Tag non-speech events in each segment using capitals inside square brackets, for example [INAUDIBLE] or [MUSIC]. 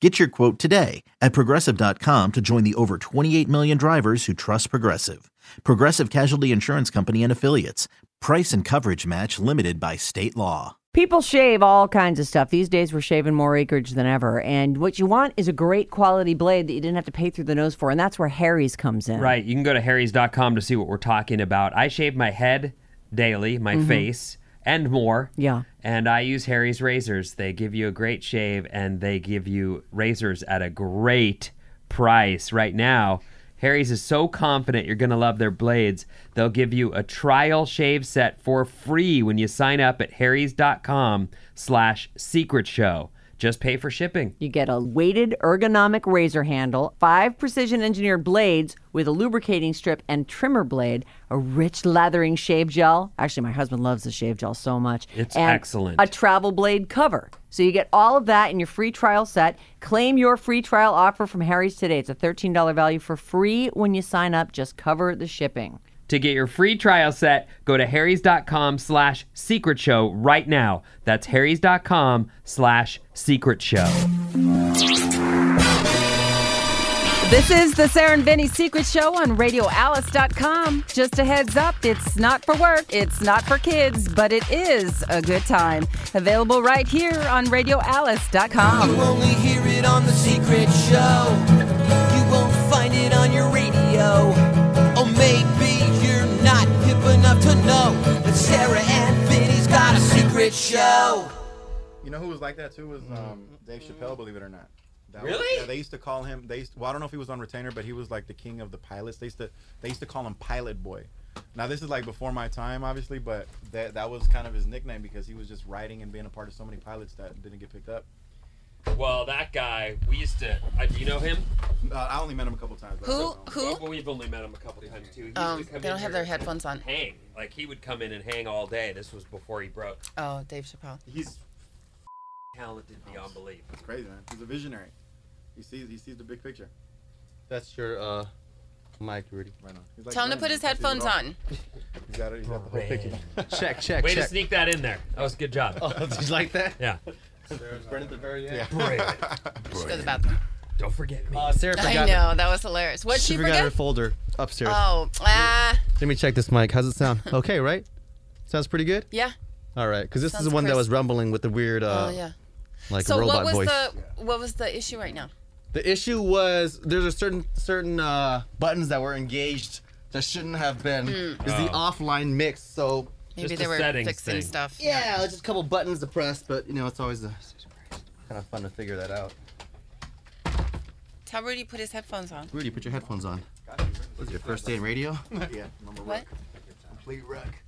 Get your quote today at progressive.com to join the over 28 million drivers who trust Progressive. Progressive Casualty Insurance Company and Affiliates. Price and coverage match limited by state law. People shave all kinds of stuff. These days, we're shaving more acreage than ever. And what you want is a great quality blade that you didn't have to pay through the nose for. And that's where Harry's comes in. Right. You can go to harrys.com to see what we're talking about. I shave my head daily, my face, and more. Yeah. And I use Harry's razors. They give you a great shave and they give you razors at a great price right now. Harry's is so confident you're going to love their blades. They'll give you a trial shave set for free when you sign up at harrys.com slash secret show. Just pay for shipping. You get a weighted ergonomic razor handle, five precision engineered blades with a lubricating strip and trimmer blade, a rich lathering shave gel. Actually, my husband loves the shave gel so much. It's and excellent. A travel blade cover. So you get all of that in your free trial set. Claim your free trial offer from Harry's today. It's a $13 value for free when you sign up. Just cover the shipping. To get your free trial set, go to harrys.com slash secret show right now. That's harrys.com slash secret show. This is the Sarah and Vinny Secret Show on RadioAlice.com. Just a heads up, it's not for work, it's not for kids, but it is a good time. Available right here on RadioAlice.com. You only hear it on the secret show. You won't find it on your radio. Or maybe you're not hip enough to know that Sarah and Vinny's got a secret show. You know who was like that too was um, Dave Chappelle, believe it or not. That was- yeah, they used to call him. They used well, I don't know if he was on retainer, but he was like the king of the pilots. They used to they used to call him Pilot Boy. Now this is like before my time, obviously, but that that was kind of his nickname because he was just writing and being a part of so many pilots that didn't get picked up. Well, that guy, we used to, uh, do you know him? Uh, I only met him a couple times. but I um, Who don't know. who? Well, we've only met him a couple times too. He used Um, to come they in don't here have their headphones on. and Hang. Like, he would come in and hang all day. This was before he broke. Oh, Dave Chappelle. He's Talented beyond belief. crazy, man. He's a visionary. He sees he sees the big picture. That's your uh mic, Rudy. Right now. He's like [LAUGHS] Tell him to Brandon. put his He sees it headphones all. on. He's got it. He's got the whole picture. [LAUGHS] Check, check, Way to check. sneak that in there. That was a good job. Oh, [LAUGHS] did you like that? [LAUGHS] Yeah. Burn at the very end. Just go to the bathroom. Don't forget me. Uh, Sarah forgot. I know that was hilarious. What She she forgot her forget? folder upstairs. Oh, ah, Let me check this mic. How's it [LAUGHS] sound? Okay, right? Sounds pretty good. yeah. All right, because this is Sounds the one that crisp. was rumbling with the weird, uh, Oh, yeah. like So robot what was voice. the what was the issue right now? The issue was there's a certain certain uh, buttons that were engaged that shouldn't have been. Hmm. Is the Oh. offline mix so? Maybe Just they the were settings fixing thing. stuff. Yeah, just a couple buttons to press, but you know it's always a, kind of fun to figure that out. Tell Rudy to put his headphones on. Rudy, put your headphones on. What's your first day in radio? Yeah, number one. What? Complete wreck.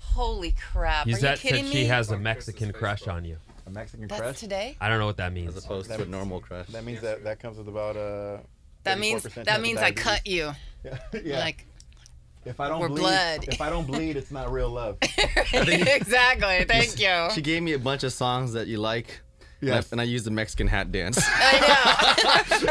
Holy crap! Are you kidding me? a Mexican crush on you. A Mexican That's crush. today. I don't know what that means. As opposed That to a means- normal crush. That means that that comes with about uh. [LAUGHS] That means 34% chance that of means I diabetes. cut you. yeah. Like If I don't We're bleed, blood. if I [LAUGHS] don't bleed, it's not real love. exactly. Thank you. She gave me a bunch of songs that you like. and I- Yes. And I used the Mexican hat dance. [LAUGHS] I know.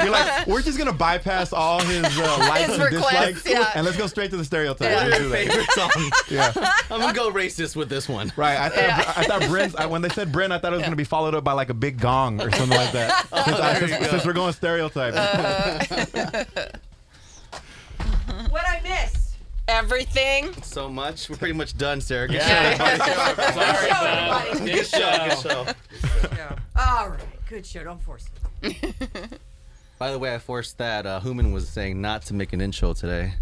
You're like, we're just gonna bypass all his uh, likes His and requests, dislikes, yeah. and let's go straight to the stereotype. Yeah. Let's do that. [LAUGHS] Favorite song. Yeah. I'm gonna go racist with this one. Right. I thought I thought Bryn's I, when they said Bryn, I thought it was gonna be followed up by like a big gong or something like [LAUGHS] that. Oh, Since, I- there you since- go. since we're going stereotype. Uh-huh. What I miss? Everything. So much. We're pretty much done, Sarah. Good Good show. Good show. All right. Good show. Don't force it. By the way, I forced that. Uh, Human was saying not to make an intro today.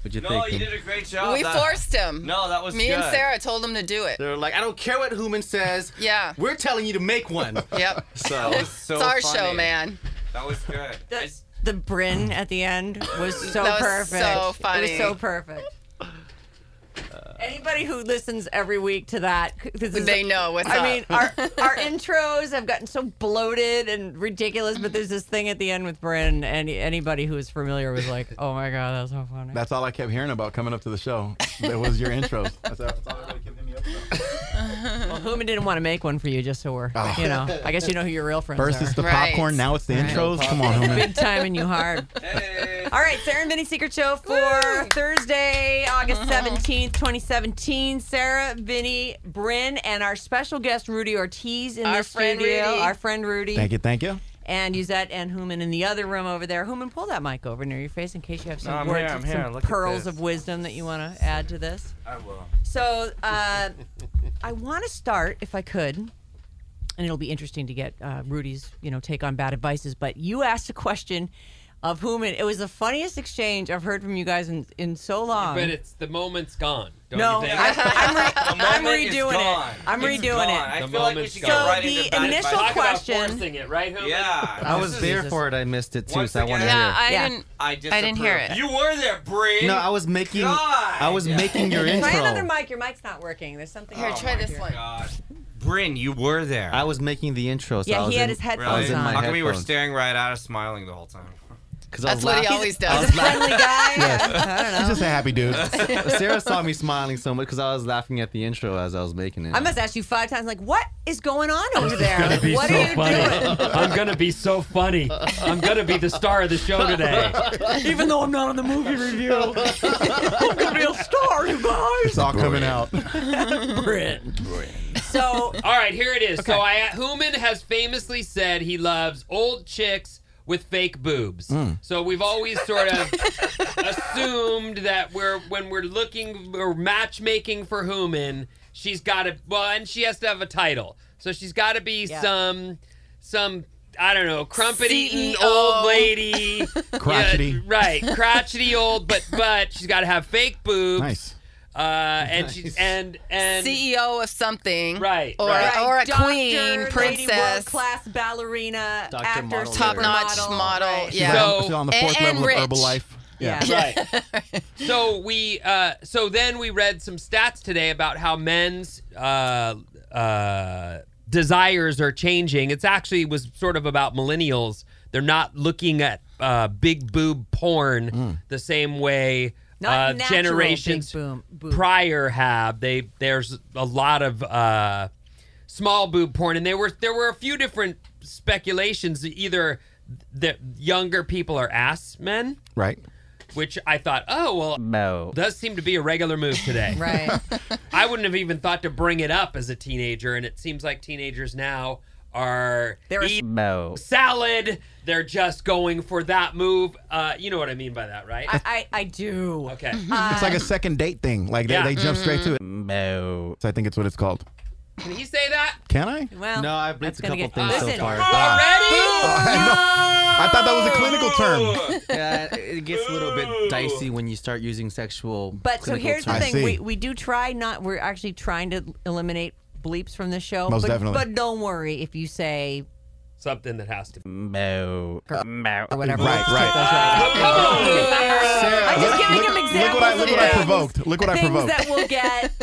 What'd you No, think? you did a great job. we That- forced him. No, that was Me and good. Sarah told him to do it. They're like, I don't care what Human says. Yeah. We're telling you to make one. Yep. So That was so it's our funny. show, man. That was good. I s- The Bryn at the end was so That was perfect. so It was funny. so perfect. Anybody who listens every week to that, this is They know what's I up. mean, [LAUGHS] our, our intros have gotten so bloated and ridiculous, but there's this thing at the end with Bryn, and anybody who is familiar was like, "Oh my god, that's so funny." That's all I kept hearing about coming up to the show. That was your intros. That's, all- that's all everybody kept hitting me up about. well, Hooman didn't want to make one for you, just so we're, you know, I guess you know who your real friends First are. it's the Right. popcorn, now it's the intros. Come on, [LAUGHS] homie. Big time and you hard. All right, Sarah and Vinny Secret Show for Thursday, August Uh-huh. 17th, 2017. Sarah, Vinny, Bryn, and our special guest, Rudy Ortiz, in Our the friend studio. Rudy. Our friend Rudy. Thank you, thank you. And Yuzette and Human in the other room over there. Human, pull that mic over near your face in case you have some I'm words, here, I'm some here. Look at pearls this. of wisdom that you want to add to this. I will. So uh, I want to start, if I could, and it'll be interesting to get uh, Rudy's, you know, take on bad advices. But you asked a question of whom, and it was the funniest exchange I've heard from you guys in, in so long. But it's the moment's gone. Don't no, you think? I'm, [LAUGHS] I'm, re- The I'm moment is redoing gone. it. I'm It's redoing gone. it. I The feel like we moment's should gone. go So right the into bad initial [LAUGHS] advice. Talk question- about forcing it, right? Hooman? Yeah. I was there Jesus. for it. I missed it too, Once so I want to again- hear Yeah, it. I Yeah. didn't. I, I didn't hear disapprove. it. You were there, Bree. No, I was making. God. I was making your intro. Try another mic. Your mic's not working. There's something. Here, wrong try with this your- one. Oh God. Bryn, you were there. I was making the intro. So Yeah, I was he had in- his really? headphones was in on. my How come we were headphones. staring right at us, smiling the whole time? 'cause I was That's what he laughing. always He's does. a friendly guy. [LAUGHS] I don't know. He's just a happy dude. [LAUGHS] Sarah saw me smiling so much because I was laughing at the intro as I was making it. I must ask you five times, like, what is going on over [LAUGHS] there? Like, what are you doing? I'm gonna be so funny. I'm gonna be the star of the show today. [LAUGHS] Even though I'm not on the movie review, I'm gonna be a star, you It's guys. all coming out. So All right, here it is. So I Human has famously said he loves old chicks with fake boobs. Hmm. So we've always sort [LAUGHS] of assumed that we're when we're looking or matchmaking for Human, she's got to well, and she has to have a title. So she's got to be Yeah. some some I don't know, crumpet eating CEO. old lady. Crotchety. Yeah, right, crotchety old, but but she's got to have fake boobs. Nice. Uh, and she's and and E CEO of something, Right, Or right. or a Doctor, queen, lady, princess, world-class ballerina, Doctor actor, model, top-notch supermodel. model. Right. Yeah. So- Still on the and- fourth and level rich. of Herbalife. Yeah. right. [LAUGHS] so we, uh, so then we read some stats today about how men's uh, uh, desires are changing. It's actually was sort of about millennials. They're not looking at uh, big boob porn the same way. Not uh, natural generations big boom- boob. prior have they there's a lot of uh, small boob porn, and there were there were a few different speculations. Either that younger people are ass men, Right. which I thought, oh well, No. does seem to be a regular move today. Right. I wouldn't have even thought to bring it up as a teenager, and it seems like teenagers now are They're- eating No. salad. They're just going for that move. Uh, you know what I mean by that, right? I, I, I do. okay. Uh-huh. It's like a second date thing. Like they, Yeah. they jump straight to it. No. So I think it's what it's called. Can he say that Can I? Uh, Well, No, I've blinked that's a gonna couple get, things listen, so far. Ah. [LAUGHS] already? I thought that was a clinical Oh. term. yeah, it gets a little bit dicey when you start using sexual. But so clinical here's the terms. thing: see. we, we do try not. We're actually trying to eliminate bleeps from the show. Most but, definitely. But don't worry if you say Something that has to. Be. No. No. or whatever. Right, right. I'm just giving him Look examples what I look of what I things- provoked. Look what I things provoked. that will [LAUGHS] get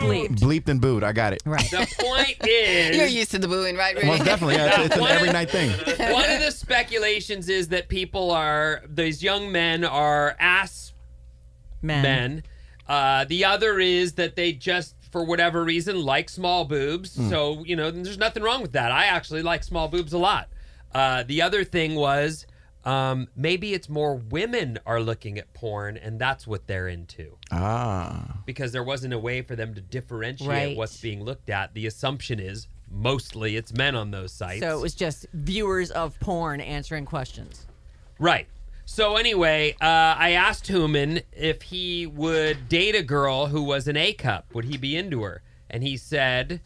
bleeped. Bleeped and booed. I got it. Right. The point is, [LAUGHS] You're used to the booing, right? Rudy? Most definitely. Yeah, it's, it's an every night thing. One of the speculations is that people are these young men are ass Men. men. Uh, the other is that they just, for whatever reason, like small boobs. Hmm. So you know, there's nothing wrong with that. I actually like small boobs a lot. Uh, the other thing was um, maybe it's more women are looking at porn and that's what they're into Oh. Ah. because there wasn't a way for them to differentiate Right. what's being looked at. The assumption is mostly it's men on those sites. So it was just viewers of porn answering questions. Right. So anyway, uh, I asked Human if he would date a girl who was an A cup. Would he be into her? And he said,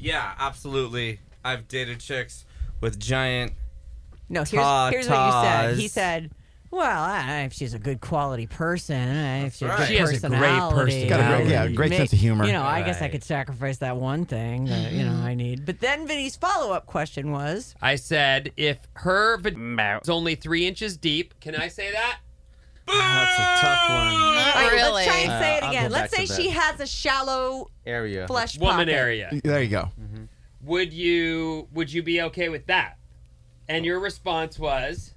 Yeah, absolutely. I've dated chicks with giant. No, here's, Ta- here's what you said. He tas. said, "Well, I, if she's a good quality person, I, if she's a right. good She has a great personality, Got a great- yeah, may- great sense of humor. You know, I guess I Right. could sacrifice that one thing that you know I need." But then Vinny's follow-up question was, "I said if her vagina is only three inches deep, can I say that?" That's a tough one. Not really. Really? Let's try and say Uh, it I'll again. go Let's say back to she that. has a shallow Area. flesh woman pocket. area. There you go. Mm-hmm. Would you would you be okay with that? And your response was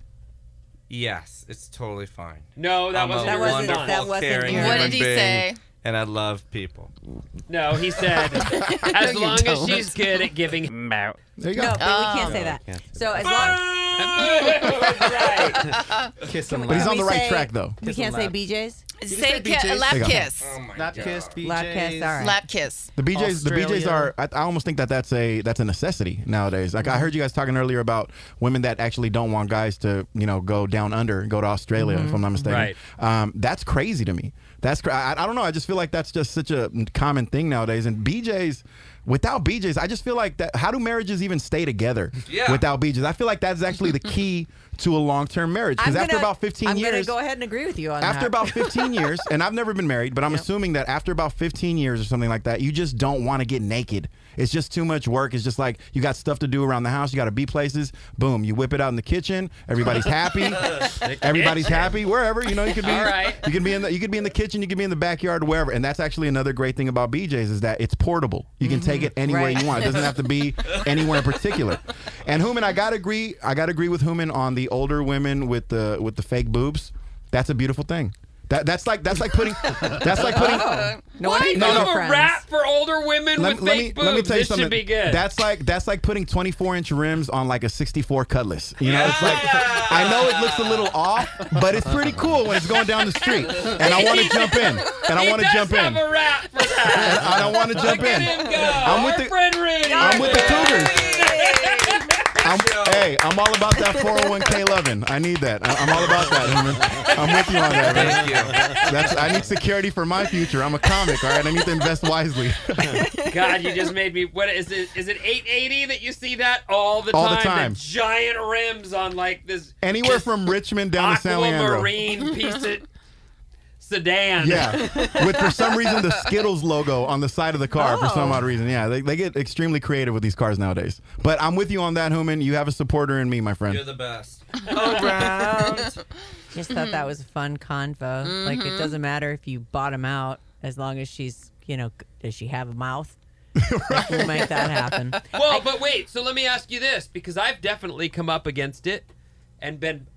Yes, it's totally fine. no. That I'm wasn't a That your wasn't- response. that wasn't caring your- What human did he being, say? And I love people. No, he said [LAUGHS] as long as she's good at [LAUGHS] giving. [LAUGHS] There you No, go. but we can't say that. So as long right. Kiss him But he's loud. on the we right say- track though. we can't say BJ's. Say say ki- BJs. lap There you go. kiss. my Lap kiss, BJs. Lap kiss, all right. Lap kiss. The BJs, the BJs Australia. are. I, I almost think that that's a that's a necessity nowadays. Like I heard you guys talking earlier about women that actually don't want guys to you know go down under, go to Australia, if I'm not mistaken. Right. Um, that's crazy to me. That's cra- I, I don't know. I just feel like that's just such a common thing nowadays. And BJs, without BJs, I just feel like that. How do marriages even stay together Yeah. without BJs? I feel like that's actually [LAUGHS] the key to a long term marriage. Because after about 15 I'm years, gonna go ahead and agree with you on after that. about 15 years and i've never been married but i'm assuming that after about 15 years or something like that you just don't want to get naked it's just too much work it's just like you got stuff to do around the house you got to be places boom you whip it out in the kitchen everybody's happy everybody's happy wherever you know you could be All right. you could be in the you could be in the kitchen you could be in the backyard wherever and that's actually another great thing about bjs is that it's portable you can Mm-hmm. take it anywhere Right. you want it doesn't have [LAUGHS] to be anywhere in particular and Human, i gotta agree i gotta agree with Human on the older women with the with the fake boobs that's a beautiful thing that, that's like that's like putting that's [LAUGHS] like putting Oh. no wonder you No, guys are a friends. rap for older women let, with let fake me let me boobs. tell you This something. should be good. That's like that's like putting 24 inch rims on like a 64 cutlass. You know, it's like I know it looks a little off, but it's pretty cool when it's going down the street. And I want to jump in. And I he want to does jump have in. a rap [LAUGHS] for that. And I don't want to jump Look at him in. go. I'm with Our the- friend Rudy. I'm with the Cougars. I'm, hey, I'm all about that 401k loving. I need that. I, I'm all about that. Human. I'm with you on that. Man. Thank you. That's I need security for my future. I'm a comic, all right. I need to invest [LAUGHS] wisely. [LAUGHS] God, you just made me. What is it? Is it 880 that you see that all the All the time? time. giant rims on like this Anywhere from Richmond down to San Leandro. aquamarine piece [LAUGHS] of sedan. Yeah, with for some reason the Skittles logo on the side of the car for some Oh. odd reason. Yeah, they, they get extremely creative with these cars nowadays. But I'm with you on that, Human. You have a supporter in me, my friend. You're the best. Just thought that was a fun convo. Like it doesn't matter if you bought him out as long as she's you know g- does she have a mouth? We'll make that happen. Well, but wait. So let me ask you this, because I've definitely come up against it and been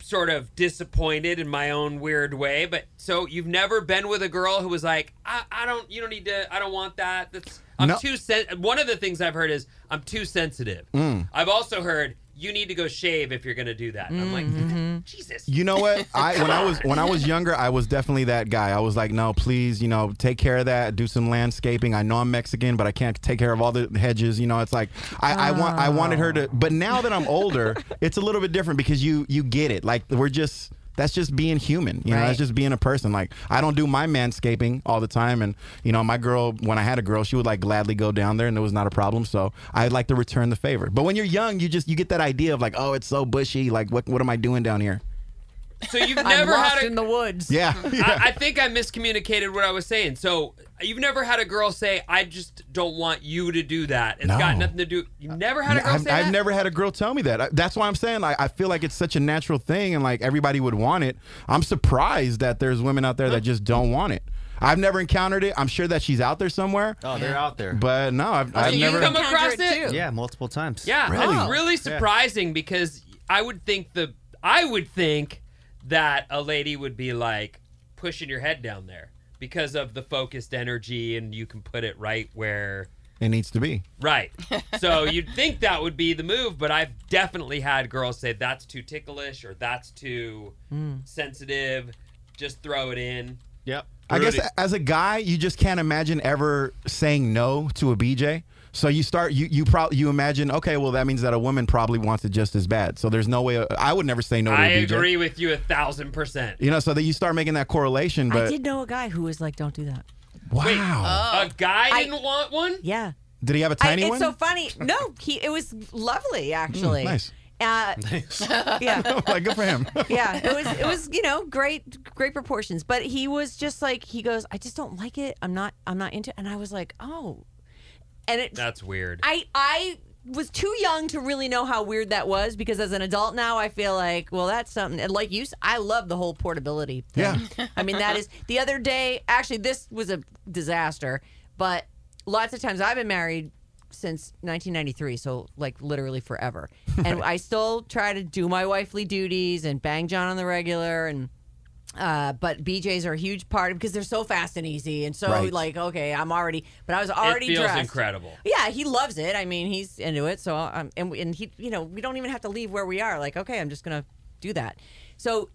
sort of disappointed in my own weird way. But so you've never been with a girl who was like, I, I don't, you don't need to, I don't want that. That's I'm No. too sen-. One of the things I've heard is I'm too sensitive. Mm. I've also heard you need to go shave if you're going to do that. And I'm like, Mm-hmm. Jesus. You know what? I when I was when I was younger, I was definitely that guy. I was like, no, please, you know, take care of that. Do some landscaping. I know I'm Mexican, but I can't take care of all the hedges. You know, it's like I, I want I wanted her to. But now that I'm older, it's a little bit different because you you get it. Like we're just. That's just being human, you know. Right. That's just being a person. Like I don't do my manscaping all the time, and you know, my girl, when I had a girl, she would like gladly go down there, and it was not a problem. So I'd like to return the favor. But when you're young, you just you get that idea of like, oh, it's so bushy. Like, what what am I doing down here? So you've [LAUGHS] I'm never lost had a, in the woods. Yeah. [LAUGHS] yeah. [LAUGHS] I, I think I miscommunicated what I was saying. So you've never had a girl say, "I just don't want you to do that." It's No. got nothing to do. You've never had a girl I've, say I've that. never had a girl tell me that. I- That's why I'm saying like I feel like it's such a natural thing and like everybody would want it. I'm surprised that there's women out there that just don't want it. I've never encountered it. I'm sure that she's out there somewhere, Oh, they're out there. but no, I've, So I've you've never. come encountered across it it. too. yeah, multiple times. Yeah, Really? it's really surprising because I would think the I would think that a lady would be like pushing your head down there because of the focused energy and you can put it right where [LAUGHS] it needs to be. [LAUGHS] Right. So you'd think that would be the move, but I've definitely had girls say that's too ticklish or that's too sensitive. Just throw it in. Yep. I guess Rudy. as a guy, you just can't imagine ever saying no to a BJ. So you start you you probably you imagine okay well that means that a woman probably wants it just as bad. So there's no way I would never say no to a I BJ. agree with you a thousand percent. You know, so that you start making that correlation. I But did know a guy who was like, "Don't do that." Wait. wow, Oh, A guy didn't want one? Yeah. did he have a I- tiny it's one? [LAUGHS] Mm, so funny. No, he it was lovely actually. nice. Uh, [LAUGHS] [LAUGHS] yeah, Oh, like good [LAUGHS] for him. yeah. It was it was you know great great proportions, but he was just like he goes. I just don't like it. I'm not I'm not into. It. And I was like, oh, and it. That's weird. I I was too young to really know how weird that was because as an adult now I feel like well that's something and like you s- I love the whole portability thing. Yeah. I mean that is the other day actually this was a disaster but lots of times I've been married since 1993 so like literally [LAUGHS] forever and I still try to do my wifely duties and bang John on the regular and uh, but BJ's are a huge part because they're so fast and easy and so Right. like okay I'm already but I was It already feels dressed incredible. yeah, he loves it. I mean, he's into it. So, um, and we- and he, you know, we don't even have to leave where we are. Like, okay, I'm just gonna do that. So,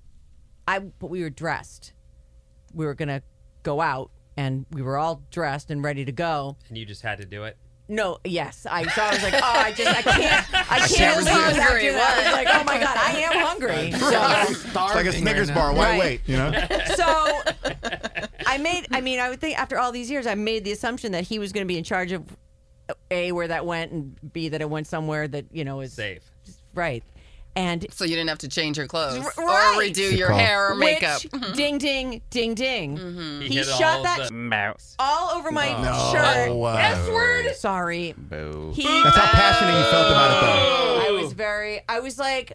I but we were dressed. We were gonna go out, and we were all dressed and ready to go. And you just had to do it. No, yes, I. So I was like, oh, I just, I can't, [LAUGHS] I She can't was lose after hungry, that. I was like, oh my god, I am hungry. So, It's like a Snickers bar. Why Right. wait? You know. so I made. I mean, I would think after all these years, I made the assumption that he was going to be in charge of a where that went and b that it went somewhere that you know is Safe. right. And So you didn't have to change your clothes R- right. or redo your hair or makeup. Mm-hmm. which, ding, ding, ding, ding. You He hit shot all that the- Mouse. all over my Oh, shirt. [LAUGHS] uh, Sorry, Boo. he. That's how passionate you felt about it, though. I was very. I was like,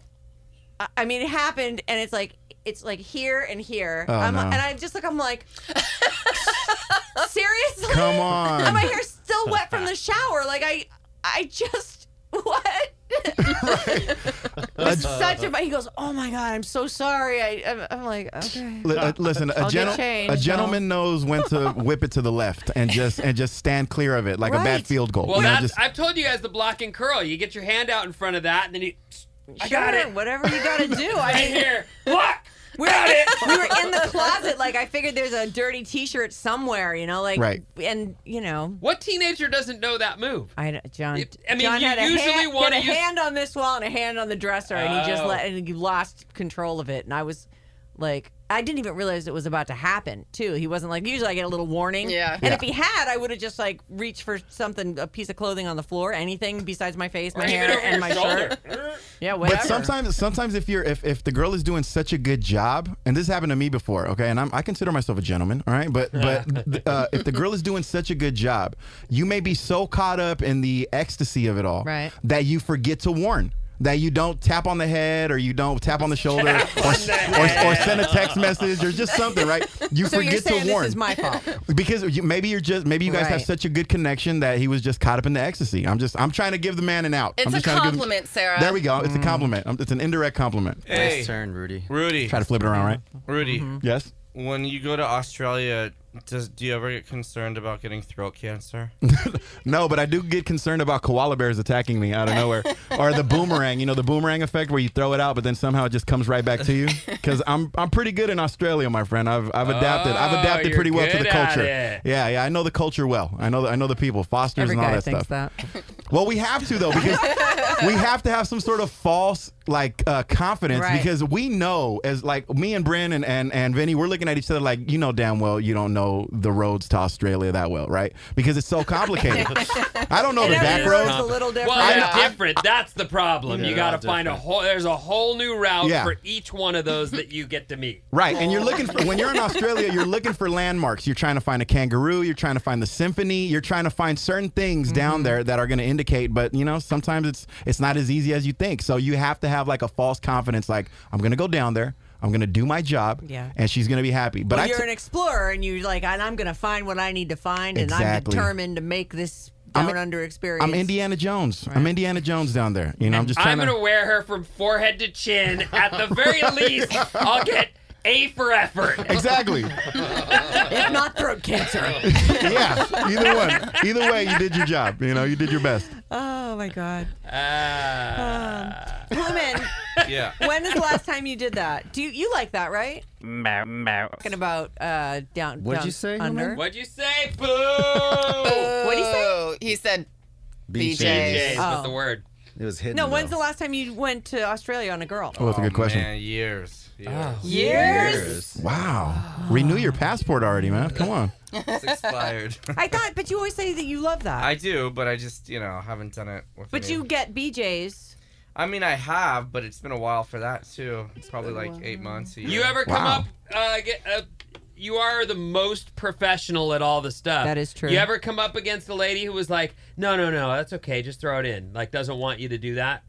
I- I mean, it happened, and it's like, it's like here and here. I'm, no. And I just like, I'm like, [LAUGHS] seriously. [LAUGHS] Come on. And my hair's still wet from the shower. Like I, I just [LAUGHS] what? It's such a. He goes, oh my god, I'm so sorry. I, I'm, I'm like, okay. Li- uh, listen, a, get gentle, changed, a gentleman knows when to whip it to the left and just and just stand clear of it like a Right. bad field goal. Well, You know, that's, just- I've told you guys the block and curl. You get your hand out in front of that, and then you. I got Sure, it. Whatever you [LAUGHS] gotta do. I [LAUGHS] Right mean, here. Block. We're, [LAUGHS] we were in the closet. Like I figured there's a dirty T-shirt somewhere, you know, like Right. And you know, What teenager doesn't know that move? I John. It- I mean, John you had a, usually hand, he had wanna a use- hand on this wall and a hand on the dresser, and he just Oh. let and he lost control of it. And I was like, I didn't even realize it was about to happen. Too, he wasn't like. Usually, I get a little warning. Yeah. And if he had, I would have just like reached for something, a piece of clothing on the floor, anything besides my face, my Or [LAUGHS] even hair, over and your my shoulder. [LAUGHS] shirt. Yeah, whatever. but sometimes, sometimes if you're if, if the girl is doing such a good job, and this happened to me before, okay, and I'm, I consider myself a gentleman, all right, but but uh, if the girl is doing such a good job, you may be so caught up in the ecstasy of it all Right. that you forget to warn. That you don't tap on the head, or you don't tap on the shoulder, or, or, or send a text message, or just something, right? You so forget you're saying to warn. this is my [LAUGHS] fault. because you, maybe you're just maybe you guys have Right. such a good connection that he was just caught up in the ecstasy. I'm just I'm trying to give the man an out. It's I'm a just trying to give him- compliment, Sarah. There we go. It's a compliment. Um, It's an indirect compliment. Hey, Nice turn, Rudy. [LAUGHS] Rudy. Try to flip it around, right? Rudy. Mm-hmm. Yes. When you go to Australia, does do you ever get concerned about getting throat cancer? No, but I do get concerned about koala bears attacking me out [LAUGHS] of nowhere, or the boomerang. You know the boomerang effect where you throw it out, but then somehow it just comes right back to you. Because I'm I'm pretty good in Australia, my friend. I've I've adapted. Oh, I've adapted you're pretty well to good the at culture. it. Yeah, yeah. I know the culture well. I know the, I know the people, Fosters Every and all guy that thinks stuff. that. Well, we have to though because we have to have some sort of false like uh, confidence Right. because we know as like me and Bren and, and and Vinny, we're looking at each other like you know damn well you don't know the roads to Australia that well, right? Because it's so complicated. I don't know And the every back road's a roads. little different. Well, they're know- I- different. That's the problem. you Yeah, got to different. find a whole. There's a whole new route Yeah. for each one of those that you get to meet. Right, and you're Oh. looking for when you're in Australia, you're looking for landmarks. You're trying to find a kangaroo. You're trying to find the symphony. You're trying to find certain things Mm-hmm. down there that are going to indicate. But you know, sometimes it's it's not as easy as you think. So you have to have like a false confidence, like I'm going to go down there. I'm going to do my job. Yeah. and she's going to be happy. But Well, I. you're t- an explorer, and you're like, and I'm going to find what I need to find, and I'm Exactly. determined to make this I'm down in- under experience. I'm Indiana Jones. I'm Indiana Jones down there. You know, I'm just I'm trying going [LAUGHS] to to. wear her from forehead to chin. At the very least, I'll get A for effort. [LAUGHS] Exactly. if not throat [LAUGHS] cancer. Oh yeah. Either one. Either way, you did your job. You know, you did your best. oh my God, Ah. Lumen, yeah. when was the last time you did that? Do you, you like that, right? Mouse. Talking about uh, down. What'd down you say, Under. Lumen? What'd you say? Boo! What'd he say? Oh, he said BJ's BJ's. was Oh. the word. It was hidden. No, when's though. the last time you went to Australia on a girl? Oh, that's a good question. Man, years. Ah. years. Years. Wow. Renew your passport already, man. Come on. It's expired. [LAUGHS] I thought, but you always say that you love that. I do, but I just you know haven't done it. With but any- you get BJ's. I mean, I have, but it's been a while for that too. Probably like eight months. a You year. ever come Wow. up, uh, get, uh, you are the most professional at all the stuff. That is true. You ever come up against a lady who was like, "No, no, no, that's okay. Just throw it in." Like doesn't want you to do that.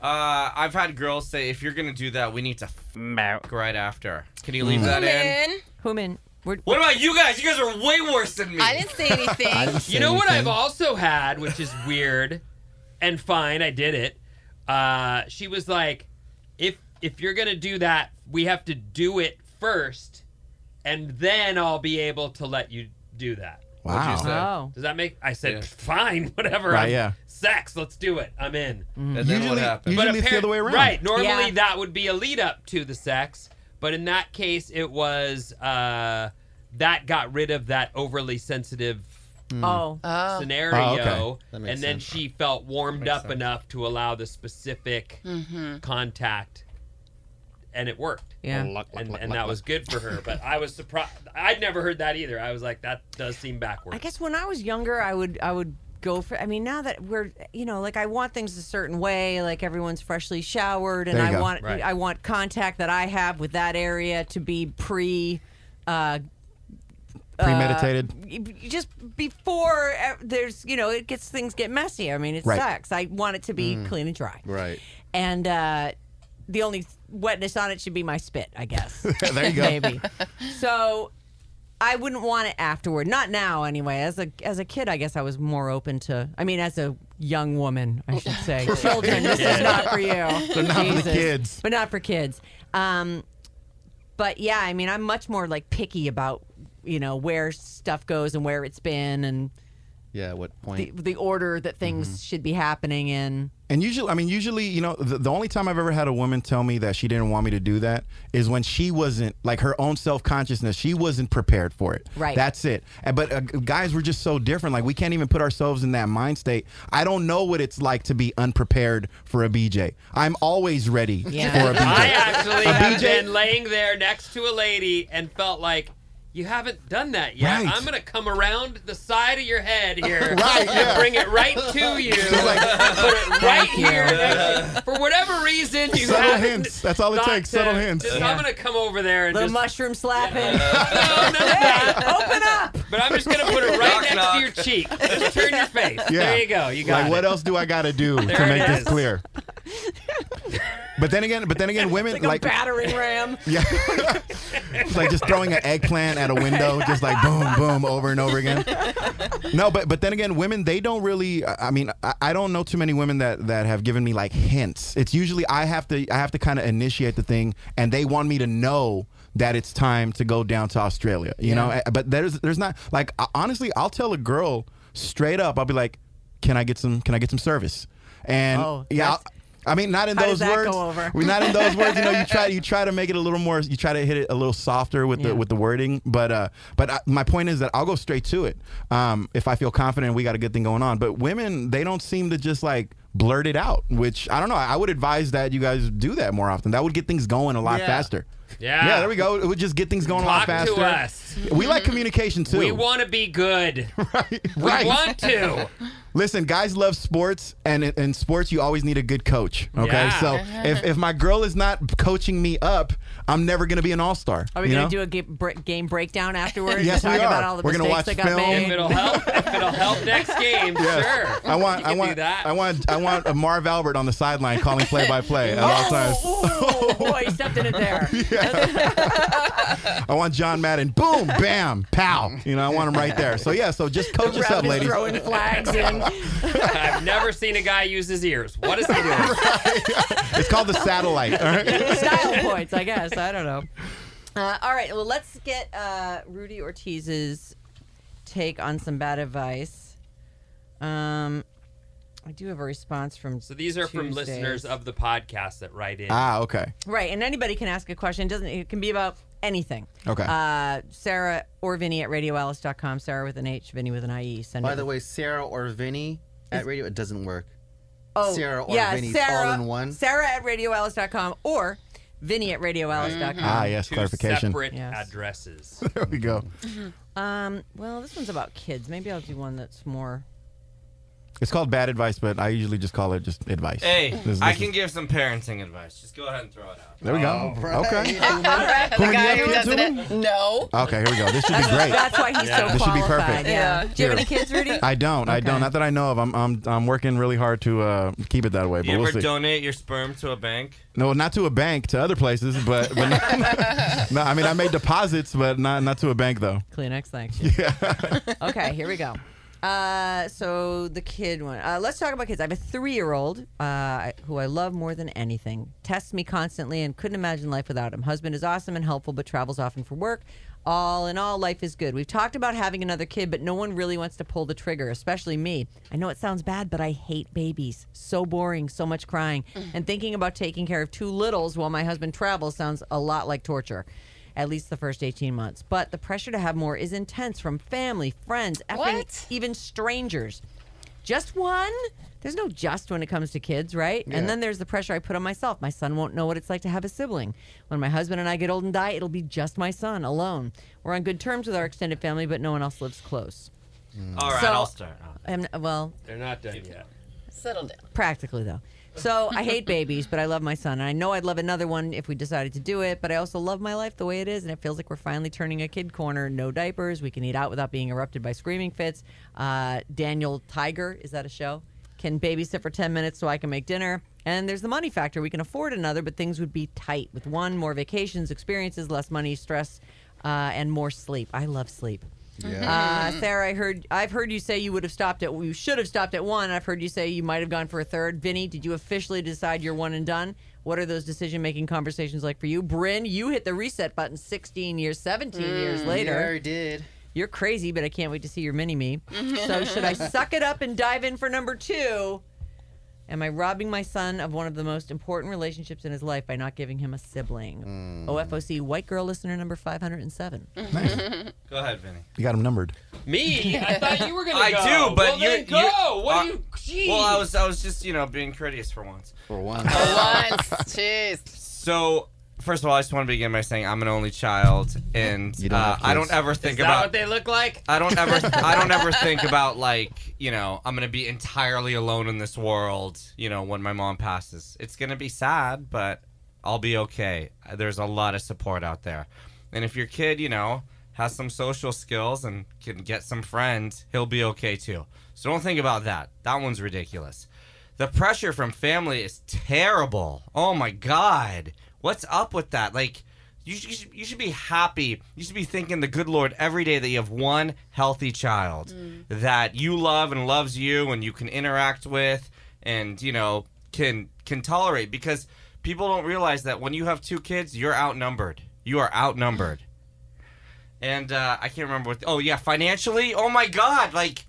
Uh, I've had girls say, if you're gonna do that, we need to f- right after. Can you leave that in? Man, Hooman, we're, What about you guys? You guys are way worse than me. I didn't say anything. I didn't say you know what I've anything. also had, which [LAUGHS] is weird and fine, I did it. Uh, she was like, if if you're gonna do that, we have to do it first, and then I'll be able to let you do that. What'd you Wow. say? oh, Does that make I said Yeah. fine, [LAUGHS] whatever. Right, I'm- yeah. Sex, let's do it. I'm in. Hmm. And then what Usually- happened? usually- it's the appar- other way around. Right. Normally Yeah. that would be a lead up to the sex, but in that case it was uh that got rid of that overly sensitive Mm. oh, Oh. scenario Oh, That and makes then sense. she felt warmed Makes up sense. enough to allow the specific Mm-hmm. contact and it worked. yeah. And, and that was good for her, but I was surprised. I'd never heard that either. I was like, that does seem backwards. I guess when I was younger, I would I would go for. I mean, now that we're you know, like I want things a certain way. Like everyone's freshly showered, and There I you go. want Right. I want contact that I have with that area to be pre. Uh, Premeditated. y- just before uh, there's you know it gets things get messy i mean it Right. Mm. sucks i want it to be clean and dry right. and uh the only wetness on it should be my spit i guess [LAUGHS] Uh, there you [LAUGHS] go. maybe. so I wouldn't want it afterward. Not now, anyway. As a as a kid, I guess I was more open to. I mean, as a young woman, Oh. I should [LAUGHS] say. Children, this is not for you. But not for the kids. But not for kids. Um, but yeah, I mean, I'm much more like picky about you know where stuff goes and where it's been and Yeah, what the, point? the order that things Mm-hmm. should be happening in. And usually, I mean, usually, you know, the, the only time I've ever had a woman tell me that she didn't want me to do that is when she wasn't, like, her own self consciousness, she wasn't prepared for it. Right. That's it. And, but uh, guys were just so different. Like, we can't even put ourselves in that mind state. I don't know what it's like to be unprepared for a BJ. I'm always ready Yeah. for [LAUGHS] a BJ. I actually have BJ been laying there next to a lady and felt like you haven't done that yet. Right. I'm gonna come around the side of your [LAUGHS] head here Right, and yeah. bring it right [LAUGHS] to you. like- and [LAUGHS] put it right you. here. next to- For whatever reason, you Subtle haven't hints. That's all it thought takes, to- subtle hints. just- Yeah. I'm gonna come over there and Little just mushroom slapping. [LAUGHS] no, none of that. Open up. But I'm just gonna [LAUGHS] put it right Knock, next knock. to your cheek. Just turn your face. [LAUGHS] Yeah. There you go. You got like it. what else do I gotta do [LAUGHS] to There it make is. this clear? but then again, but [LAUGHS] then again, women Like, like, a battering ram. yeah, [LAUGHS] it's like just throwing an eggplant at a window, just like boom, boom, over and over again. No, but but then again, women they don't really. I I mean, I, I don't know too many women that that have given me like hints. It's usually I have to I have to kind of initiate the thing, and they want me to know that it's time to go down to Australia. You know, Uh, but there's there's not like uh, honestly, I'll tell a girl straight up. I'll be like, can I get some can I get some service? And Oh, yeah. that's- I'll- I mean, not in How those does that words. go over? We're not in those words. You know, [LAUGHS] you try you try to make it a little more. You try to hit it a little softer with Yeah. the with the wording. But uh, but I, my point is that I'll go straight to it. Um, if I feel confident, we got a good thing going on. But women, they don't seem to just like blurt it out. Which I don't know. I, I would advise that you guys do that more often. That would get things going a lot Yeah. faster. Yeah. Yeah. There we go. It would just get things going Talk a lot faster. to us. We like communication too. We want to be [LAUGHS] good. right. We want [LAUGHS] to. Listen, guys love sports, and in- in sports, you always need a good coach. Okay, Yeah. so Uh-huh. if, if my girl is not coaching me up, I'm never gonna be an all star. [LAUGHS] Are we going to [LAUGHS] do a ga- bre- game breakdown afterwards? Yes, talk we are. about all the We're gonna mistakes watch that got film. made. If it'll help, if it'll help next game, sure. I want, You I can want, do that. I want, I want a Marv Albert on the sideline calling play by play at all times. Oh, ooh, boy, he stepped in it [LAUGHS] there. I want John Madden. Boom, bam, pow. You know, I want him right there. So yeah, so just coach us Ref up, is ladies. throwing [LAUGHS] flags in. I've never seen a guy use his ears. What is he [LAUGHS] doing? It's called the satellite. All right. Style points, I guess. I don't know. Uh, all right, well, let's get uh, Rudy Ortiz's take on some bad advice. Um, I do have a response from. So these are from listeners of the podcast that write in. Ah, okay. Right, and anybody can ask a question. It doesn't it can be about anything. Okay. Uh, Sarah or Vinny at radioalice.com. Sarah with an H, Vinny with an E. IE. Send By it. the way, Sarah or Vinny at radio, it doesn't work. Oh, Sarah or yeah, Vinny's Sarah, all in one. Sarah at radioalice.com or Vinny at radioalice.com. Ah, yes. Two clarification. separate Yes. addresses. There we go. Um, well, this one's about kids. Maybe I'll do one that's more. It's called bad advice, but I usually just call it just advice. Hey, [LAUGHS] This- I this is- can give some parenting advice. Just go ahead and throw it out. There we go. Okay. [LAUGHS] All The Who do you guy have who kids president. No. Okay, here we go. This should be great. That's why he's so This should be qualified. perfect. Yeah. Do you have any Here. kids, Rudy? I don't. I don't. Not that I know of. I'm I'm I'm working really hard to uh, keep it that way. But You we'll ever see. donate your sperm to a bank? No, not to a bank, to other places, but but not, [LAUGHS] no, I mean I made deposits, but not not to a bank though. Kleenex, thanks. okay, here we go. Uh, so the kid one. Uh, let's talk about kids. I have a three-year-old uh, who I love more than anything. Tests me constantly and couldn't imagine life without him. Husband is awesome and helpful, but travels often for work. All in all, life is good. We've talked about having another kid, but no one really wants to pull the trigger, especially me. I know it sounds bad, but I hate babies. So boring, so much crying, and thinking about taking care of two littles while my husband travels sounds a lot like torture at least the first 18 months. But the pressure to have more is intense from family, friends, effing What? even strangers. Just one? There's no just when it comes to kids, right? And then there's the pressure I put on myself. My son won't know what it's like to have a sibling. When my husband and I get old and die, it'll be just my son alone. We're on good terms with our extended family, but no one else lives close. All right, So- I'll start. And, well, They're not done yet. Settle down. Practically, though. So I hate babies, but I love my son. And I know I'd love another one if we decided to do it, but I also love my life the way it is. And it feels like we're finally turning a kid corner. No diapers. We can eat out without being erupted by screaming fits. Uh, Daniel Tiger, is that a show? Can babysit for 10 minutes so I can make dinner. And there's the money factor. We can afford another, but things would be tight with one, more vacations, experiences, less money, stress, uh, and more sleep. I love sleep. Uh, Sarah, I heard I've heard you say you would have stopped at you should have stopped at one. I've heard you say you might have gone for a third. Vinny, did you officially decide you're one and done? What are those decision making conversations like for you? Bryn, you hit the reset button 16 years, 17 years later. did. You're crazy, but I can't wait to see your mini me. so should I suck it up and dive in for number two? Am I robbing my son of one of the most important relationships in his life by not giving him a sibling? OFOC white girl listener number 507. Go ahead, Vinny. You got them numbered. Me? I thought you were gonna I go. do, but well, you then go. you- what uh, do you? Geez. Well, I was I was just you know being courteous for once. For one. [LAUGHS] Once. [LAUGHS] Jeez. So first of all, I just want to begin by saying I'm an only child, and You don't uh, have I don't kids. ever think Is that about what they look like? I don't ever I don't [LAUGHS] ever think about like, you know, I'm going to be entirely alone in this world, you know, when my mom passes. It's going to be sad, but I'll be okay. There's a lot of support out there. And if your kid, you know, has some social skills and can get some friends, he'll be okay too. So don't think about that. That one's ridiculous. The pressure from family is terrible. Oh my god. What's up with that? Like you should, you should you should be happy. You should be thanking the good Lord every day that you have one healthy child that you love and loves you and you can interact with and you know can can tolerate because people don't realize that when you have two kids, you're outnumbered. You are outnumbered. And uh, I can't remember what. oh yeah, financially. Oh my God! Like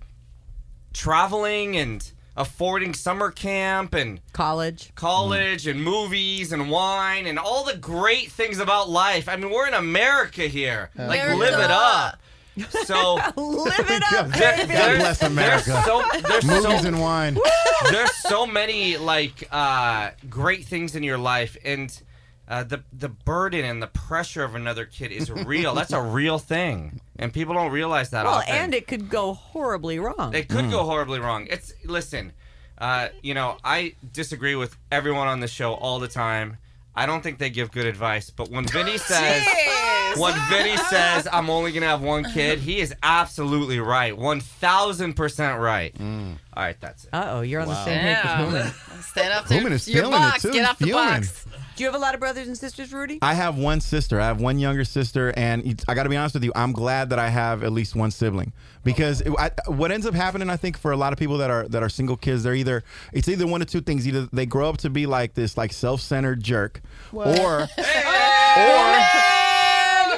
traveling and affording summer camp and College. college and movies and wine and all the great things about life. I mean, we're in America here. like, America. live it up. So [LAUGHS] Live [LAUGHS] it up, God, baby. there's- bless America. There's so, there's Movies so, and wine. there's so many like uh, great things in your life, and uh, the the burden and the pressure of another kid is real. That's a real thing, and people don't realize that. Well, often. Oh, and it could go horribly wrong. It Hmm. could go horribly wrong. It's listen, uh, you know, I disagree with everyone on the show all the time. I don't think they give good advice, but when [LAUGHS] Vinny says Jeez. when Vinny says I'm only gonna have one kid, he is absolutely right. One thousand percent right. Hmm. All right, that's it. Uh oh, you're on the same page as Damn. Hooman. Stand up there. Woman is Your feeling it, box. too. Get off the Feeling. box. Do you have a lot of brothers and sisters, Rudy? I have one sister. I have one younger sister, and it's- I got to be honest with you. I'm glad that I have at least one sibling because it- I, what ends up happening, I think, for a lot of people that are that are single kids, they're either it's either one of two things: either they grow up to be like this, like self-centered jerk, or or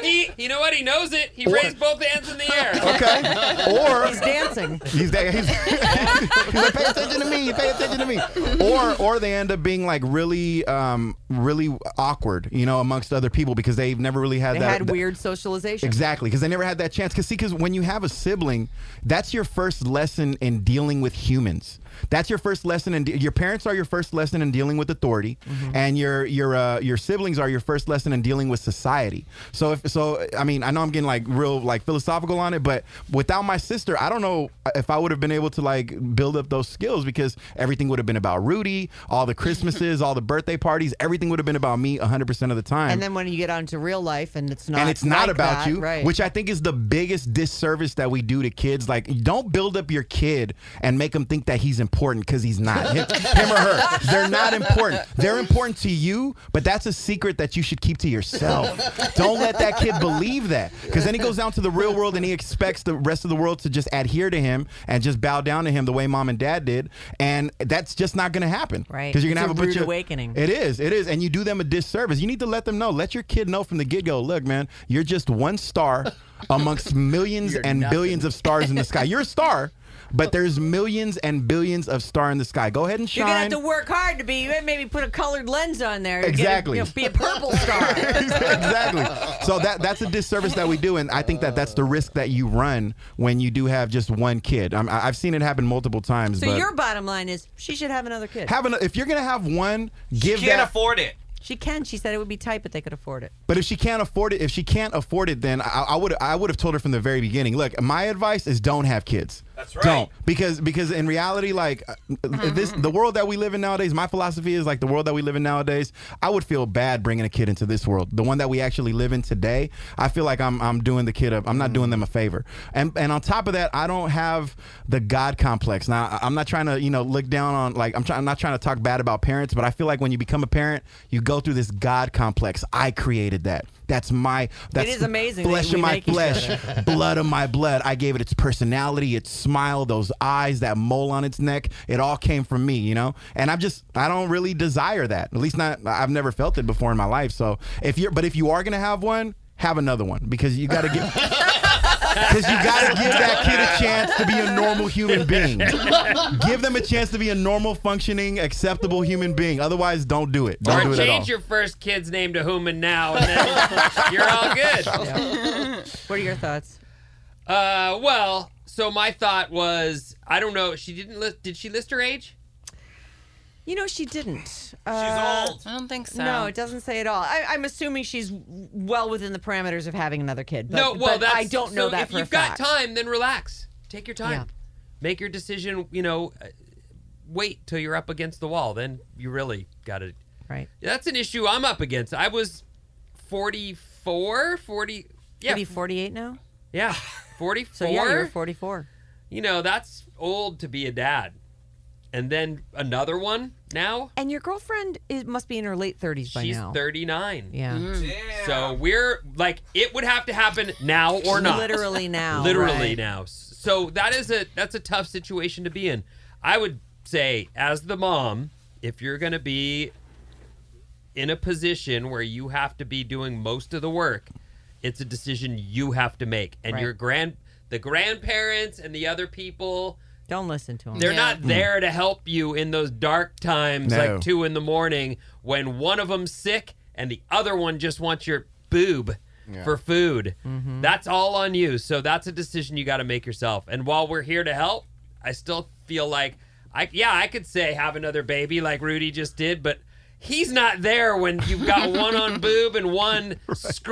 He, you know what? He knows it. He raised both hands in the air. [LAUGHS] okay, or He's [LAUGHS] dancing. He's, there, he's, he's like, pay attention to me, pay attention to me. Or or they end up being like really um really awkward, you know, amongst other people because they've never really had They that. had that- weird socialization. Exactly, because they never had that chance. Because see, because when you have a sibling, that's your first lesson in dealing with humans. That's your first lesson, and your parents are your first lesson in Mm-hmm. dealing with authority, and your your uh, your siblings are your first lesson in dealing with society. So if So I mean, I know I'm getting like real like philosophical on it, but without my sister, I don't know if I would have been able to like build up those skills because everything would have been about Rudy, all [LAUGHS] the Christmases, all the birthday parties, everything would have been about me 100% of the time. And then when you get onto real life and it's not and it's not like about that, you, right. which I think is the biggest disservice that we do to kids. Like, don't build up your kid and make him think that he's important because he's [LAUGHS] not him, him or her. They're not important. They're important to you, but that's a secret that you should keep to yourself. Don't let that kid believe that because then he goes down to the real world and he expects the rest of the world to just adhere to him and just bow down to him the way mom and dad did, and that's just not going to happen. Right. Because you're going It's to have a a bunch rude of awakening. It is. It is. And you do them a disservice. You need to let them know. Let your kid know from the get go. Look, man, you're just one [LAUGHS] star amongst 1000000s You're and nothing. billions of stars in the sky. You're a star, but there's millions and billions of star in the sky. Go ahead and You're gonna shine. have to work hard to be. Maybe put a colored lens on there. Get a- Exactly. you know, be a purple [LAUGHS] star. [LAUGHS] exactly. So that that's a disservice that we do, and I think that that's the risk that you run when you do have just one kid. I'm, I- I've seen it happen multiple times. so but your bottom line is she should have another kid. having a- if you're gonna have one, give She can't that afford it. she can. She said it would be tight, but they could afford it. But if she can't afford it, if she can't afford it, then I, I would I would have told her from the very beginning. Look, my advice is don't have kids. That's right. Don't because because in reality, like uh, this, the world that we live in nowadays. My philosophy is like the world that we live in nowadays. I would feel bad bringing a kid into this world, the one that we actually live in today. I feel like I'm I'm doing the kid up. I'm not doing them a favor. And and on top of that, I don't have the God complex. Now I- I'm not trying to you know look down on like I'm trying. I'm not trying to talk bad about parents, but I feel like when you become a parent, you go through this God complex. I created that. That's my. That's is amazing that Flesh we of my make each flesh, blood of my blood. I gave it its personality, its smile, those eyes, that mole on its neck. It all came from me, you know. And I'm just, I don't really desire that. At least not. I've never felt it before in my life. So if you're, but if you are gonna have one, have another one because you gotta get. [LAUGHS] Because you gotta give that kid a chance to be a normal human being. give them a chance to be a normal, functioning, acceptable human being. Otherwise, don't do it. Don't Or do it at all. change your first kid's name to Human now, and then [LAUGHS] you're all [LAUGHS] good. What are your thoughts? Uh, well, so my thought was, I don't know. She didn't list. Did she list her age? You know she didn't. She's Uh, old. I don't think so. No, it doesn't say at all. I, I'm assuming she's well within the parameters of having another kid. But, no. Well, but that's, I don't know so that If for a you've got fact. time, then relax. Take your time. Yeah. Make your decision. You know, uh, wait till you're up against the wall. Then you really got to right? That's an issue I'm up against. I was 44, 40. Yeah, Maybe 48 now. [SIGHS] yeah, 44. So yeah, you're 44. You know, that's old to be a dad. And then another one now. And your girlfriend is, must be in her late 30s by She's Mm. now. 39. Yeah. So we're like, it would have to happen now or not. Literally [LAUGHS] now. Literally right. now. So that is a that's a tough situation to be in. I would say, as the mom, if you're going to be in a position where you have to be doing most of the work, it's a decision you have to make. And Right. your grand the grandparents and the other people Don't listen to him. they're Yeah. not there to help you in those dark times No. like two in the morning when one of them's sick and the other one just wants your boob for food. That's all on you. So that's a decision you got to make yourself. And while we're here to help, I still feel like I yeah, I could say have another baby like Rudy just did, but he's not there when you've got one on boob and one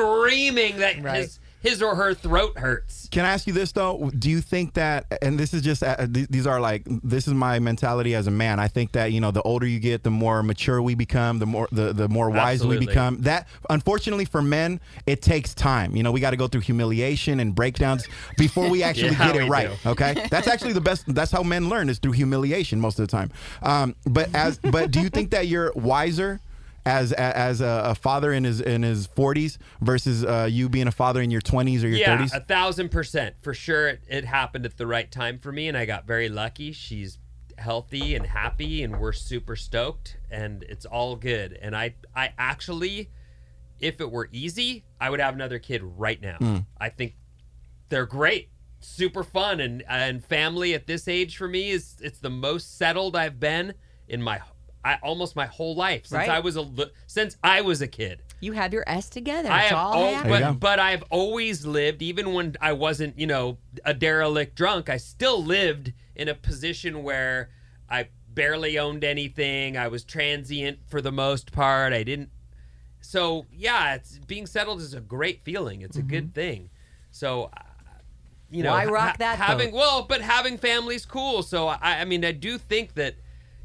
screaming that his his or her throat hurts. Can I ask you this though? Do you think that, and this is just uh, th- these are like this is my mentality as a man. I think that you know the older you get, the more mature we become, the more the, the more wise Absolutely. we become. That unfortunately for men, it takes time. You know, we got to go through humiliation and breakdowns before [LAUGHS] we actually Yeah, get it we right. do. Okay, that's actually the best. That's how men learn is through humiliation most of the time. Um, but as but do you think that you're wiser? As, as a, a father in his in his 40s versus uh, you being a father in your 20s or your yeah, 30s. a thousand percent for sure. It, it happened at the right time for me, and I got very lucky. She's healthy and happy, and we're super stoked, and it's all good. And I, I actually, if it were easy, I would have another kid right now. I think they're great, super fun, and and family at this age for me is it's the most settled I've been in my. I, almost my whole life since Right. I was a li- since I was a kid. You have your S together. Mm. I It's have all al- happening. There you go. but, but I've always lived, even when I wasn't, you know, a derelict drunk, I still lived in a position where I barely owned anything. I was transient for the most part. I didn't So yeah, it's being settled is a great feeling. It's a Mm-hmm. good thing. So, uh, you know, Why rock that having boat? well, but having family's cool. So I, I mean, I do think that,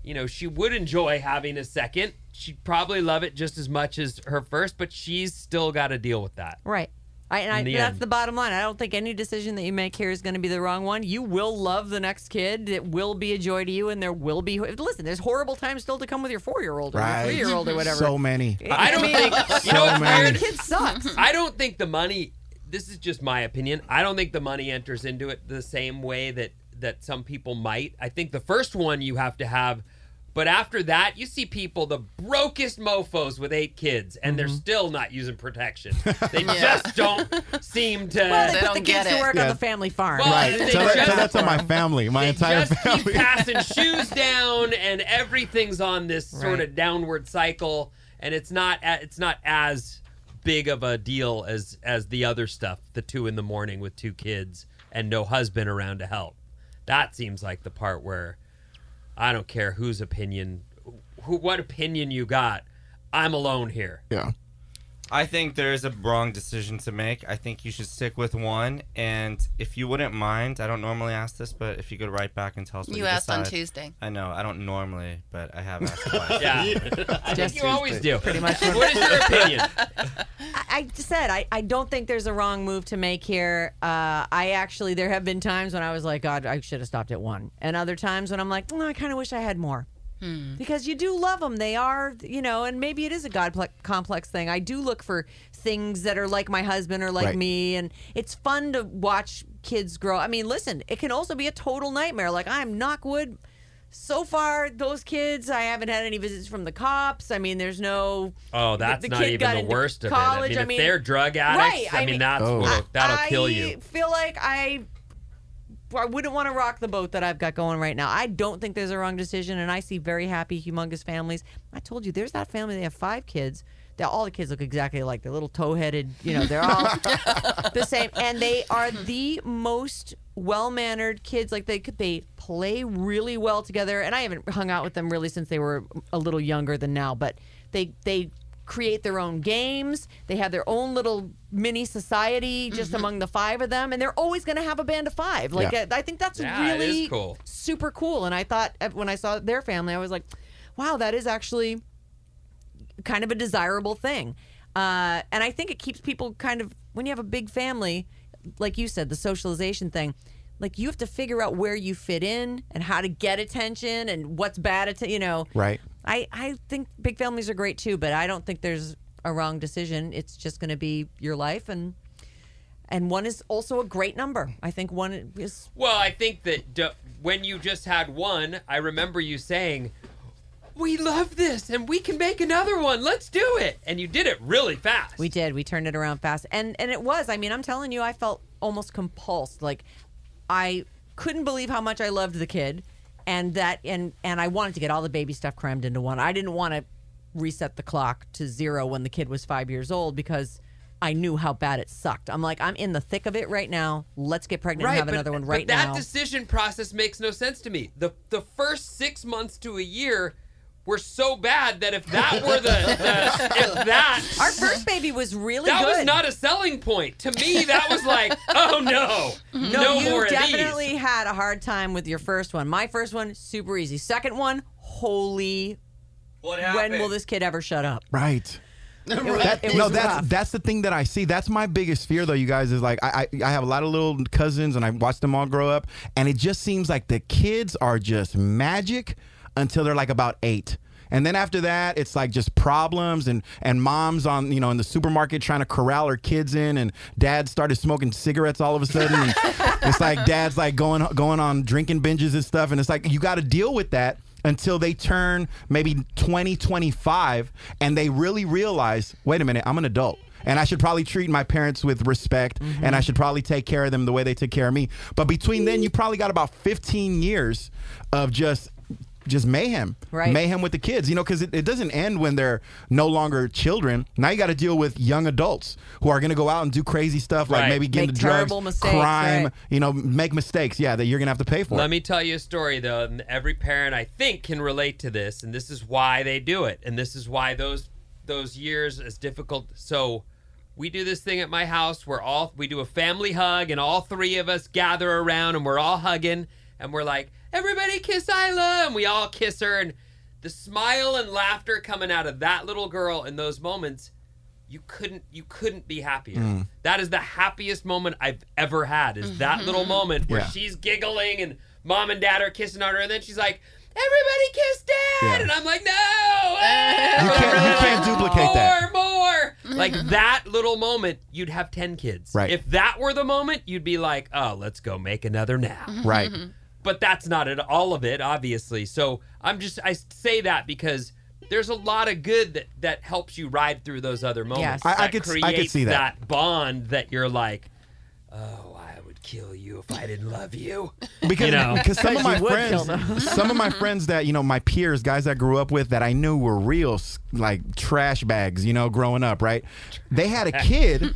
you know, she would enjoy having a second. She'd probably love it just as much as her first, but she's still got to deal with that. Right. I, and I, In the that's end. the bottom line. I don't think any decision that you make here is going to be the wrong one. You will love the next kid. It will be a joy to you, and there will be. Listen, there's horrible times still to come with your four year old or Right. your three year old [LAUGHS] or whatever. [LAUGHS] So many. I don't think you know So what's many. weird. Kid sucks. I don't think the money. This is just my opinion. I don't think the money enters into it the same way that that some people might. I think the first one you have to have, but after that you see people the brokest mofo's with eight kids and they're still not using protection. They just don't seem to. Well, They they put the don't kids get to it. work on Yeah. the family farm. Well, Right. They Tell that, just- tell that to my family, my entire just family. keep passing shoes down, and everything's on this sort of Right. downward cycle, and it's not a- it's not as big of a deal as as the other stuff. The two in the morning with two kids and no husband around to help. That seems like the part where I don't care whose opinion, who what opinion you got. I'm alone here. Yeah. I think there is a wrong decision to make. I think you should stick with one. And if you wouldn't mind, I don't normally ask this, but if you could write back and tell us what you, You asked on decide. Tuesday. I know. I don't normally, but I have [LAUGHS] asked. twice. Yeah, I think you always do. Pretty much. what [LAUGHS] is your opinion? I- I just said I, I don't think there's a wrong move to make here. Uh, I actually there have been times when I was like, God, I should have stopped at one, and other times when I'm like, "Mm, I kind of wish I had more. Mm-hmm. Because you do love them. They are, you know, and maybe it is a God ple- complex thing. I do look for things that are like my husband or like Right. me. And it's fun to watch kids grow. I mean, listen, it can also be a total nightmare. Like, I'm Knockwood. So far, those kids, I haven't had any visits from the cops. I mean, there's no. Oh, the- that's the not kid even got the into worst of college. it. I I mean, if they're drug addicts, Right, I, I mean, mean- that's Oh. what'll- that'll kill you. I feel like I I wouldn't want to rock the boat that I've got going right now. I don't think there's a wrong decision, and I see very happy, humongous families. I told you, there's that family. They have five kids. They, all the kids look exactly alike. They're little toe-headed. You know, they're [LAUGHS] all [LAUGHS] the same, and they are Hmm. the most well-mannered kids. Like they could, they play really well together. And I haven't hung out with them really since they were a little younger than now. But they they create their own games. They have their own little mini society just among the five of them, and they're always going to have a band of five. Like uh, Yeah. I, I think that's Mm-hmm. Yeah, it is really cool. super cool. And I thought uh, when I saw their family, I was like, wow, that is actually kind of a desirable thing. Uh, and I think it keeps people kind of, when you have a big family, like you said, the socialization thing, like you have to figure out where you fit in and how to get attention and what's bad, atten- you know. Right. I, I think big families are great too, but I don't think there's a wrong decision. It's just going to be your life and. And one is also a great number. I think one is Well, I think that d- when you just had one, I remember you saying, "We love this, and we can make another one. Let's do it!" And you did it really fast. We did. We turned it around fast. And and it was, I mean, I'm telling you, I felt almost compulsed. Like I couldn't believe how much I loved the kid and that and and I wanted to get all the baby stuff crammed into one. I didn't want to reset the clock to zero when the kid was 5 years old because I knew how bad it sucked. I'm like, I'm in the thick of it right now. Let's get pregnant and have but, another one but right that now. decision process makes no sense to me. The the first six months to a year were so bad that if that were the, the if that Our first baby was really that good. was not a selling point to me, that [LAUGHS] was like, oh no, no, Mm-hmm. you more of definitely these. had a hard time with your first one. My first one, super easy. Second one, holy What when will happened? this kid ever shut up? Right. That- it no, was that's rough. that's the thing that I see. That's my biggest fear, though. You guys is like I, I I have a lot of little cousins, and I watch them all grow up, and it just seems like the kids are just magic until they're like about eight. And then after that, it's like just problems and, and moms on you know in the supermarket trying to corral her kids in, and dad started smoking cigarettes all of a sudden. [LAUGHS] And it's like dad's like going going on drinking binges and stuff, and it's like you got to deal with that until they turn maybe 20, 25, and they really realize, wait a minute, I'm an adult. And I should probably treat my parents with respect, Mm-hmm. and I should probably take care of them the way they took care of me. But between then, you probably got about 15 years of just just mayhem Right. mayhem with the kids you know because it, it doesn't end when they're no longer children now you got to deal with young adults who are going to go out and do crazy stuff like Right. maybe get into Make drugs terrible mistakes, crime right. you know make mistakes yeah that you're going to have to pay for Let me tell you a story, though, and every parent I think can relate to this, and this is why they do it, and this is why those those years as difficult. So we do this thing at my house where all we do a family hug and all three of us gather around and we're all hugging and we're like, everybody kiss Isla and we all kiss her and the smile and laughter coming out of that little girl in those moments, you couldn't you couldn't be happier. Mm. That is the happiest moment I've ever had. Is that little moment where Yeah. she's giggling and mom and dad are kissing on her and then she's like, everybody kiss dad, Yeah. and I'm like, no. ah!" You But I'm can't- you really can't like, duplicate that. More, more. like that little moment, you'd have ten kids. Right. If that were the moment, you'd be like, oh, let's go make another now. [LAUGHS] Right. Mhm. But that's not it, all of it, obviously. So I'm just I say that because there's a lot of good that that helps you ride through those other moments. Yes. I- I that could s- I creates could see that. bond that you're like, oh, I would kill you if I didn't love you. because you know? because some of [LAUGHS] my friends, some of my friends that you know, my peers, guys I grew up with that I knew were real s- like trash bags, you know, growing up, right? They [LAUGHS] had a kid.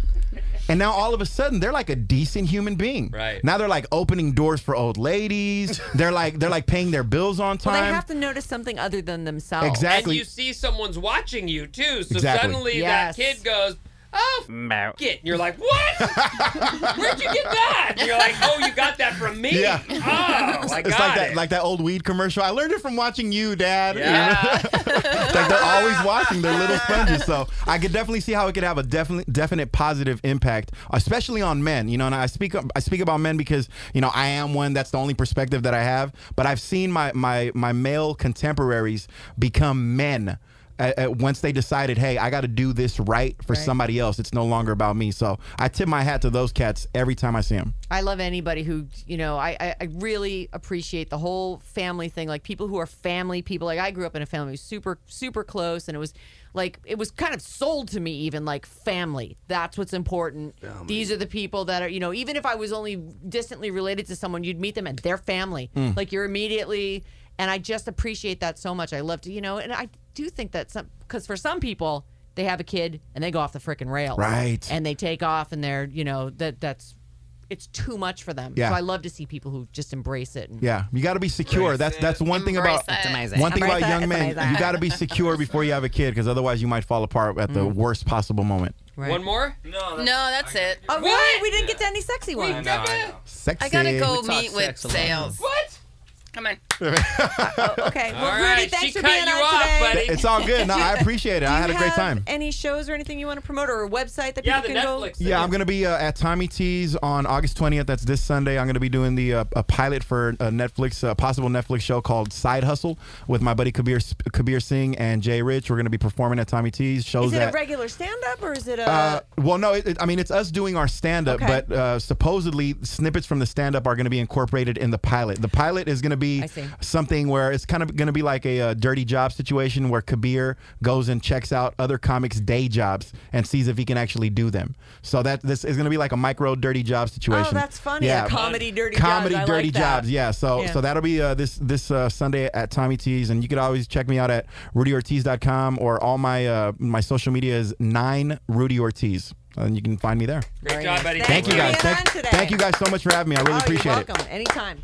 And now all of a sudden they're like a decent human being. Right. Now they're like opening doors for old ladies. They're like they're like paying their bills on time. Well, they have to notice something other than themselves. Exactly. Oh, And you see someone's watching you too, so Exactly. suddenly Yes. that kid goes, "Oh, f- it!" And you're like, "What? Where'd you get that?" And you're like, "Oh, you got that from me. Yeah. Oh, I got it's like it." that like that old weed commercial. I learned it from watching you, Dad. You know? Yeah. like they're always watching their little sponges. So I could definitely see how it could have a definite definite positive impact, especially on men. You know, and I speak I speak about men because you know I am one. That's the only perspective that I have. But I've seen my my my male contemporaries become men. uh uh, once they decided, hey, I got to do this right for Right. somebody else. It's no longer about me. So I tip my hat to those cats every time I see them. I love anybody who, you know, I, I, I really appreciate the whole family thing. Like people who are family people. Like I grew up in a family who was super, super close. And it was like, it was kind of sold to me, even like family. That's what's important. These are the people that are, you know, even if I was only distantly related to someone, you'd meet them and their family. Hmm. Mm. Like you're immediately, and I just appreciate that so much. I love to, you know, and I do think that some, because for some people, they have a kid and they go off the freaking rails. Right. And they take off and they're, you know, that that's, it's too much for them. Yeah. So I love to see people who just embrace it. And Yeah, you got to be secure. that's that's one thing Embrace about it. It's amazing. one thing Embrace about it. young It's men. amazing. You got to be secure before you have a kid, because otherwise you might fall apart at the worst possible moment. One more? No, that's it. Oh, really? We didn't get to any sexy ones. Sexy. I gotta go We talk meet with sex a lot. sales. What? Come on. Oh, Okay. All Well, Rudy, right. thanks She for cut being you on off, today. buddy. It's all good. No, I appreciate it. Do I you had a great have time. Any shows or anything you want to promote or a website that Yeah, people the can Netflix go? Yeah, I'm gonna be uh, at Tommy T's on August 20th. That's this Sunday. I'm gonna be doing the uh, a pilot for a Netflix, a possible Netflix show called Side Hustle with my buddy Kabir Kabir Singh and Jay Rich. We're gonna be performing at Tommy T's. Shows Is it at a regular stand up or is it a. Uh, well, no, it, it- I mean it's us doing our stand up, Okay. but uh, supposedly snippets from the stand up are going to be incorporated in the pilot. The pilot is going to be I see. something where it's kind of going to be like a, uh dirty job situation where Kabir goes and checks out other comics' day jobs and sees if he can actually do them. So that this is going to be like a micro dirty job situation. oh, that's funny. A comedy dirty jobs. comedy I like dirty that. jobs. Yeah. So Yeah. so that'll be uh, this this uh, Sunday at Tommy T's, and you could always check me out at rudyortiz.com or all my uh, my social media is nine Rudy Ortiz, and you can find me there. Great job, buddy. Thank you guys. being Thank, on today. thank you guys so much for having me. I really oh, appreciate you're it. welcome. Anytime.